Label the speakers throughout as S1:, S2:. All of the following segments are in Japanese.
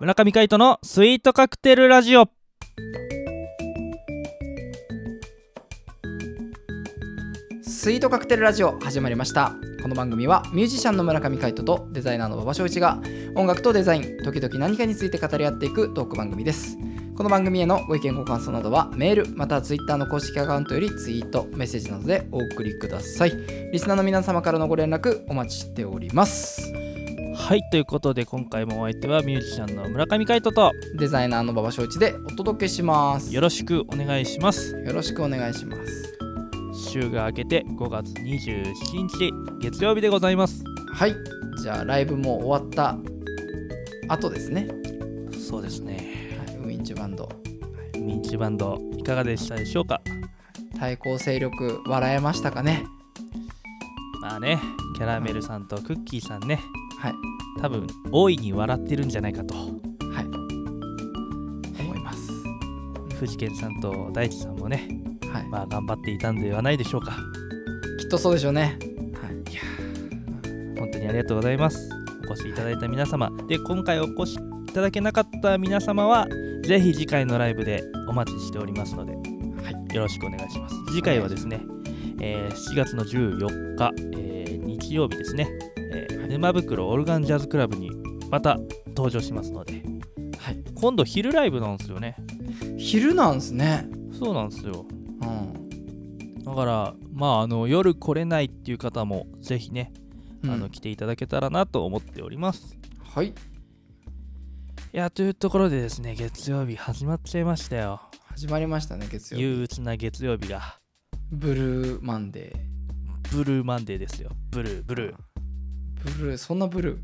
S1: 村上海人のスイートカクテルラジオ
S2: スイートカクテルラジオ始まりましたこの番組はミュージシャンの村上海人とデザイナーの馬場翔一が音楽とデザイン時々何かについて語り合っていくトーク番組ですこの番組へのご意見ご感想などはメールまたはツイッターの公式アカウントよりツイートメッセージなどでお送りくださいリスナーの皆様からのご連絡お待ちしております
S1: はいということで今回もお相手はミュージシャンの村上海人と
S2: デザイナーの馬場翔一でお届けします
S1: よ
S2: よ
S1: ろしくお願いします
S2: ろしくお願いします
S1: 週が明けて5月27日月曜日でございます
S2: はいじゃあライブも終わった後ですね、
S1: そうですね
S2: はい、ウィンチュバンド
S1: ミンチバンドいかがでしたでしょうか
S2: 対抗勢力笑えましたかね
S1: まあねキャラメルさんとクッキーさんね
S2: はい
S1: 多分大いに笑ってるんじゃないかと
S2: はい思います
S1: 藤健さんと大地さんもね
S2: はい、
S1: まあ頑張っていたんではないでしょうか
S2: きっとそうでしょうね
S1: 本当にありがとうございますお越しいただいた皆様で今回お越しいただけなかった皆様はぜひ次回のライブでお待ちしておりますので、はい、よろしくお願いします次回はですね、えー7月の14日、えー日曜日ですね、えー沼袋オルガンジャズクラブにまた登場しますので
S2: はい
S1: 今度昼ライブなんですよね
S2: 昼なんですね
S1: そうなんですよ
S2: うん、
S1: だからまああの夜来れないっていう方もぜひね、
S2: うん
S1: あの来ていただけたらなと思っております
S2: はい
S1: いやというところでですね月曜日始まっちゃいましたよ
S2: 始まりましたね月曜日
S1: 憂鬱な月曜日が
S2: ブルーマンデ
S1: ブルーマンデーですよブルーブルー
S2: ーブルーそんなブルー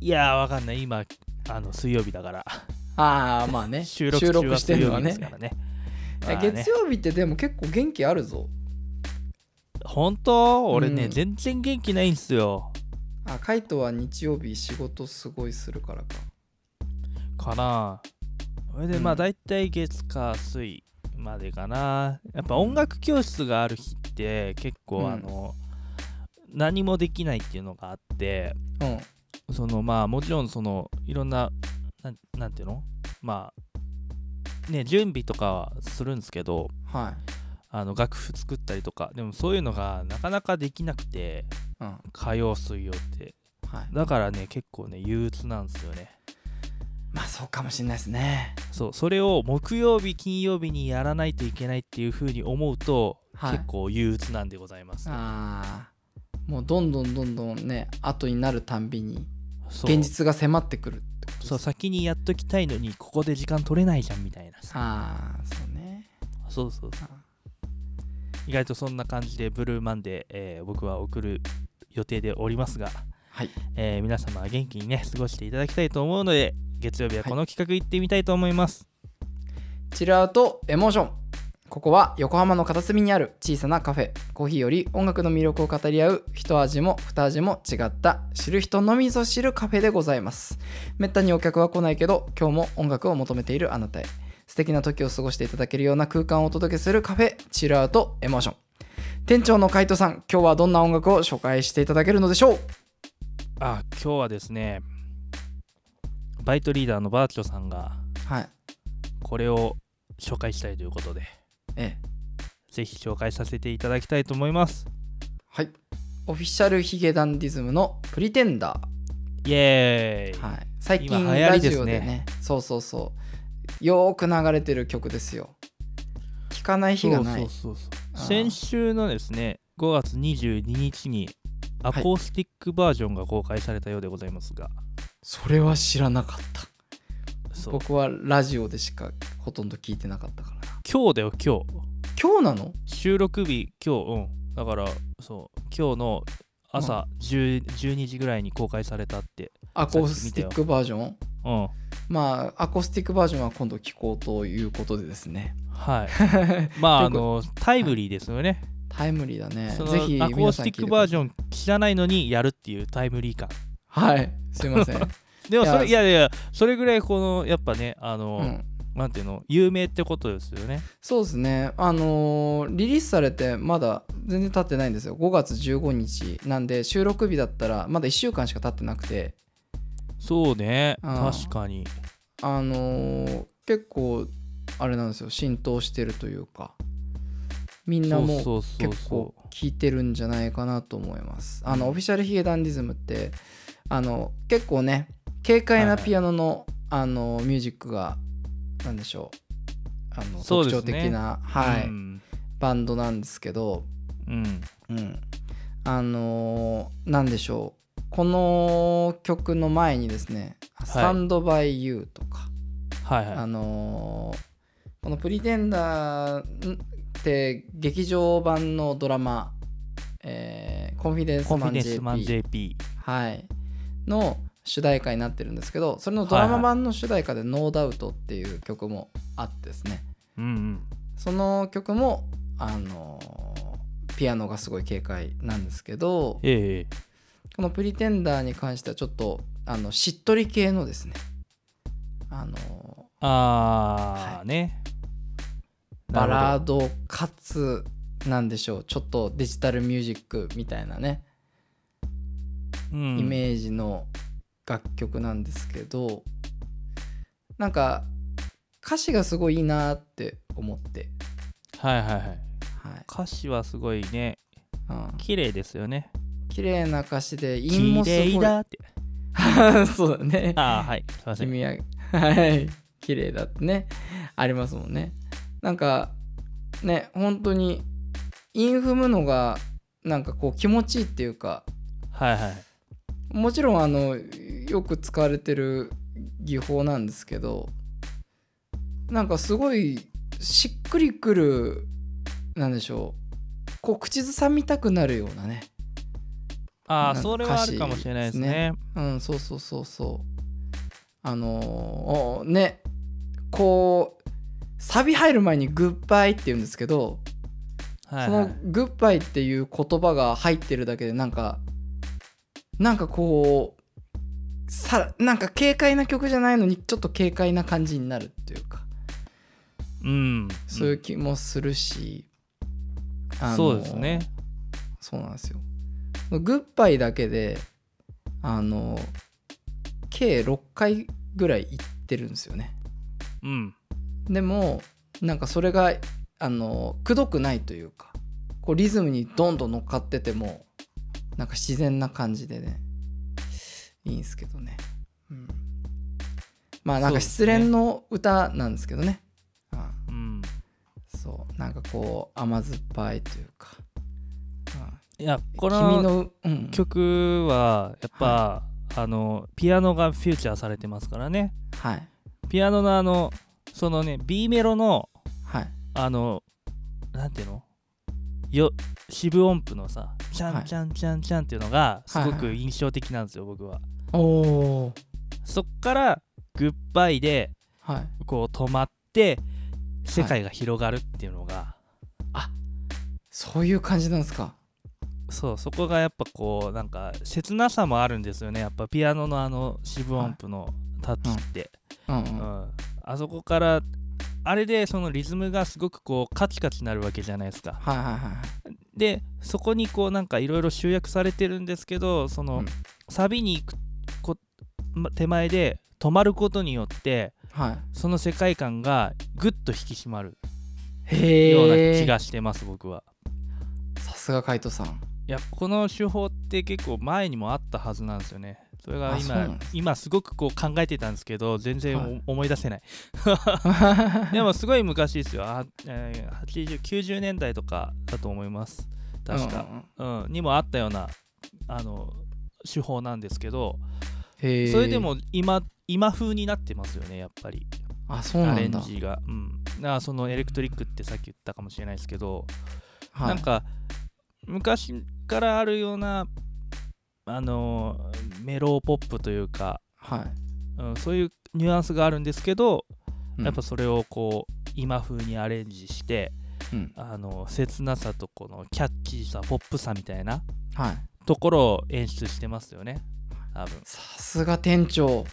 S1: いやーわかんない今あの水曜日だから
S2: ああまあね
S1: 収録
S2: 収
S1: 中
S2: 録
S1: は
S2: して
S1: 水
S2: る
S1: 曜
S2: のは
S1: 日で
S2: ね
S1: すからね
S2: いや
S1: まあね
S2: 月曜日ってでも結構元気あるぞ
S1: 本当俺ね、
S2: うん
S1: 全然元気ないんすよ
S2: あカイトは日曜日仕事すごいするからか
S1: かなそれで
S2: うん
S1: まあ大体月火水までかなやっぱ音楽教室がある日って結
S2: うん
S1: 構あの、何もできないっていうのがあって
S2: うん
S1: そのまあもちろんそのいろんななんなんていうのまあね準備とかはするんですけど
S2: はい
S1: あの楽譜作ったりとかでもそういうのがなかなかできなくて
S2: うん
S1: 火曜水曜って
S2: はい
S1: だからね結構ね憂鬱なんですよね
S2: まあそうかもしれないですね
S1: そうそれを木曜日金曜日にやらないといけないっていう風に思うと、
S2: はい
S1: 結構憂鬱なんでございます
S2: あーもうどんどんどんどんね後になるたんびに
S1: そう
S2: 現実が迫ってくるってこと
S1: そう先にやっときたいのにここで時間取れないじゃんみたいなさ
S2: ああそうね
S1: そうそうそう意外とそんな感じでブルーマンデー、えー僕は送る予定でおりますが、
S2: はい
S1: えー皆様は元気にね過ごしていただきたいと思うので月曜日はこの企画行ってみたいと思います、
S2: チルアウトエモーションここは横浜の片隅にある小さなカフェコーヒーより音楽の魅力を語り合う一味も二味も違った知る人のみぞ知るカフェでございますめったにお客は来ないけど今日も音楽を求めているあなたへ素敵な時を過ごしていただけるような空間をお届けするカフェチルアウトエモーション店長の海斗さん今日はどんな音楽を紹介していただけるのでしょう
S1: あ今日はですねバイトリーダーのバーチョさんが
S2: はい
S1: これを紹介したいということで
S2: ええ
S1: ぜひ紹介させていただきたいと思います
S2: はいオフィシャルヒゲダンディズムのプリテンダー
S1: イエーイ、
S2: はい、最近
S1: 今流行
S2: ラ
S1: りで
S2: ジ
S1: す
S2: オ
S1: ね
S2: でねそうそうそうよーく流れてる曲ですよ聴かない日
S1: そ
S2: が
S1: う
S2: な
S1: そう
S2: い
S1: そうそう
S2: あー
S1: 先週のですね5月22日にアコースティックバージョンが公開されたようでございますが、
S2: それは知らなかった
S1: そう
S2: 僕はラジオでしかほとんど聞いてなかったからな
S1: 今日だよ今日
S2: 今日なの
S1: 収録日今日うんだからそう今日の朝10 12時ぐらいに公開されたって
S2: アコースティックバージョン
S1: うん
S2: まあアコースティックバージョンは今度聞こうということでですね
S1: はいまああのタイムリーですよね、
S2: タイムリーだね
S1: その
S2: ぜひ皆さ
S1: ア
S2: ん
S1: コースティックバー
S2: ョン
S1: ジョン知らないのにやるっていうタイムリー感
S2: はいすいません、 う
S1: でもそれい
S2: い
S1: やいやいやそれぐらいこのやっぱねあの、
S2: ん、
S1: なんていうの有名ってことですよね
S2: そうですねあのーリリースされてまだ全然経ってないんですよ5月15日なんで収録日だったらまだ1週間しか経ってなくて
S1: そうね
S2: うん
S1: 確かに
S2: あのー結構あれなんですよ浸透してるというかみんな
S1: そう
S2: もう
S1: そうそう
S2: 結
S1: そ
S2: 構聞いてるんじゃないかなと思います。あのオフィシャルヒゲダンディズムってあの結構ね軽快なピアノの,、あのミュージックがなんでしょうあの
S1: そう
S2: 特
S1: ですね
S2: 徴的な、
S1: う
S2: はい
S1: うん
S2: バンドなんですけど、
S1: うん
S2: うん、あのーなんでしょうこの曲の前にですね「スタンドバイユーとか、
S1: はいはい
S2: あのーこの「プリテンダー」って劇場版のドラマ「えーコンフィデンス
S1: コンフィ
S2: マン
S1: デンス
S2: JP
S1: マン JP
S2: はい、の主題歌になってるんですけどそれのドラマ版の主題歌で「ノーダウトっていう曲もあってですね
S1: うんうん
S2: その曲も、あのーピアノがすごい軽快なんですけど
S1: ええ
S2: この「プリテンダー」に関してはちょっとあのしっとり系のですねあのー
S1: あ
S2: は
S1: あね
S2: バラ
S1: ー
S2: ードかつなんでしょうちょっとデジタルミュージックみたいなね、
S1: ド
S2: イメージの楽曲なんですけどなんか歌詞がすごいいいなって思って、
S1: はいはいはい
S2: はい
S1: 歌詞はすごいね
S2: うん、
S1: 綺麗ですよね
S2: 綺麗な歌詞で韻
S1: 綺
S2: もすごい
S1: 麗だって
S2: そうだね
S1: ああはいすいません
S2: 君は はい綺麗だってねありますもんねなんかね本当に韻踏むのがなんかこう気持ちいいっていうか
S1: はいはい
S2: もちろんあのよく使われてる技法なんですけどなんかすごいしっくりくるなんでしょうこう口ずさみたくなるようなね
S1: ああ
S2: なんか
S1: それはあるかもしれないですね
S2: うんそうそうそうそうあのーねこうサビ入る前に「グッバイ」って言うんですけど、
S1: はいはい
S2: その「グッバイ」っていう言葉が入ってるだけでなんかなんかこうさなんか軽快な曲じゃないのにちょっと軽快な感じになるっていうか
S1: うん
S2: そういう気もするし、あの
S1: そうですね
S2: そうなんですよ「グッバイ」だけであの計6回ぐらい行ってるんですよね
S1: うん
S2: でもなんかそれがあのくどくないというかこうリズムにどんどん乗っかっててもなんか自然な感じでねいいんですけどね、うん、まあなん
S1: そう
S2: か
S1: です
S2: 失
S1: ね
S2: 恋の歌なんですけどねうん
S1: うん
S2: そうなんかこう甘酸っぱいというか、
S1: いや
S2: うん、
S1: こ
S2: 君
S1: の
S2: の、うん、
S1: 曲はやっぱ、あのピアノがフューチャーされてますからね
S2: はい
S1: ピアノのあのそのね B メロの
S2: はい
S1: あのなんていうのよ四分音符のさチャ
S2: は
S1: ン
S2: い
S1: チャンチャンチャンっていうのがすご
S2: はい
S1: く
S2: は
S1: 印象的なんですよ、僕は
S2: おお
S1: そっからグッバイで
S2: はい
S1: こう止まって世界が広がるっていうのが、
S2: そういう感じなんですか
S1: そうそこがやっぱこうなんか切なさもあるんですよねやっぱピアノのあの四分音符のタッチって、
S2: うんうん、
S1: う
S2: は
S1: んあそこからあれでそのリズムがすごくこうカチカチなるわけじゃないですか
S2: いはいはいはい
S1: でそこにこうなんかいろいろ集約されてるんですけどその、
S2: うん
S1: サビに行くこま手前で止まることによって
S2: はい
S1: その世界観がぐっと引き締まるような
S2: へ
S1: 気
S2: え
S1: がしてます、僕は。
S2: さすがカイ トさん
S1: いやこの手法って結構前にもあったはずなんですよねそれが
S2: あそうな
S1: 今
S2: んです
S1: 今すごくこう考えてたんですけど全然お
S2: はい
S1: 思い出せ ない、で
S2: で
S1: もすごい昔ですよあ、えー80 90年代とかだと思います確か、うんにもあったようなあの手法なんですけど
S2: へえ
S1: それでも今今風になってますよねやっぱり
S2: あそうな
S1: アレ
S2: ん
S1: ン
S2: だ
S1: ジがうんだからそのエレクトリックってさっき言ったかもしれないですけど、
S2: はい
S1: なんか昔からあるようなあのーメローポップというか、
S2: はい
S1: うん、そういうニュアンスがあるんですけど、
S2: うん
S1: やっぱそれをこう今風にアレンジして
S2: うん
S1: あの切なさとこのキャッチーさポップさみたいな
S2: はい
S1: ところを演出してますよね多分
S2: さすが店長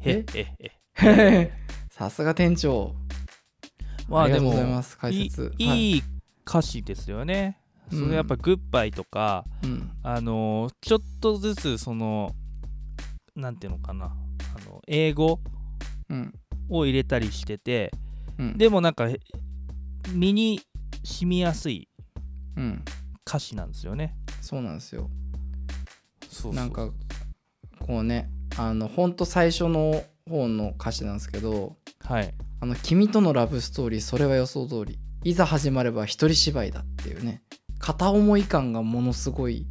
S1: へ
S2: え
S1: っへっへ
S2: さすが店長
S1: まあ
S2: ありがとうござい
S1: でも
S2: ます解説
S1: いい,、
S2: はい
S1: い歌詞ですよね、
S2: うん
S1: それやっぱ「グッバイ」とか
S2: うん
S1: あのーちょっとずつそのなんていうのかなあの英語
S2: うん
S1: を入れたりしてて
S2: うん
S1: でもなんか身に染みやすい
S2: うん
S1: 歌詞なんですよね。
S2: そうなんですよ
S1: そうそう
S2: なんかこうねあのほんと最初の方の歌詞なんですけど
S1: はい
S2: 「あの君とのラブストーリーそれは予想通りいざ始まれば一人芝居だ」っていうね片思い感がものすごい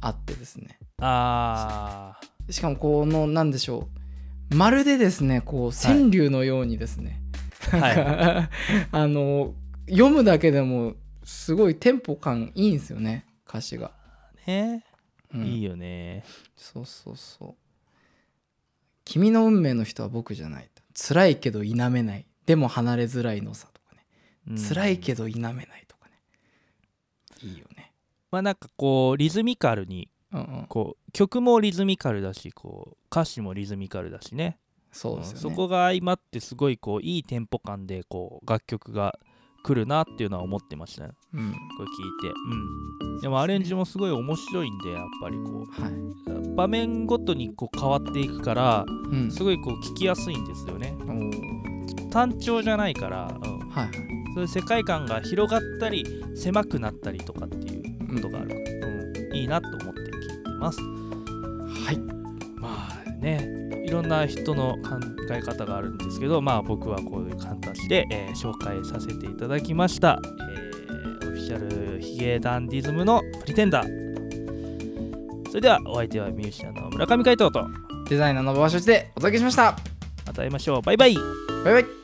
S2: あってですね
S1: あー
S2: しかもこのなんでしょうまるでですねこう川柳のようにですね、
S1: はい
S2: あの読むだけでもすごいテンポ感いいんですよね歌詞が、
S1: ね、
S2: うん
S1: いいよね
S2: そうそうそう「君の運命の人は僕じゃない」「辛いけど否めない」「でも離れづらいのさ」とかね「辛いけ
S1: ど
S2: ど否めない」とかねいいよね
S1: まあなんかこうリズミカルに
S2: うんうん
S1: こう曲もリズミカルだしこう歌詞もリズミカルだしね
S2: そうですよね
S1: そこが相まってすごいこういいテンポ感でこう楽曲が来るなっていうのは思ってましたね
S2: うん
S1: これ聞いて、うん、でもアレンジもすごい面白いんでやっぱりこ
S2: はい、
S1: う場面ごとにこう変わっていくから
S2: うん、
S1: すごいこう聞きやすいんですよね
S2: おー
S1: 単調じゃないから、うん、
S2: はいはい
S1: そういう世界観が広がったり狭くなったりとかっていうことがあるから、うんいいなと思って聞いてます
S2: はい
S1: まあねいろんな人の考え方があるんですけどまあ僕はこういう形で、えー紹介させていただきました、えーオフィシャルヒゲダンディズムのプリテンダーそれではお相手はミュージシャンの村上海斗と
S2: デザイナーの馬場所でお届けしました
S1: また会いましょうバイバイ
S2: バイバイ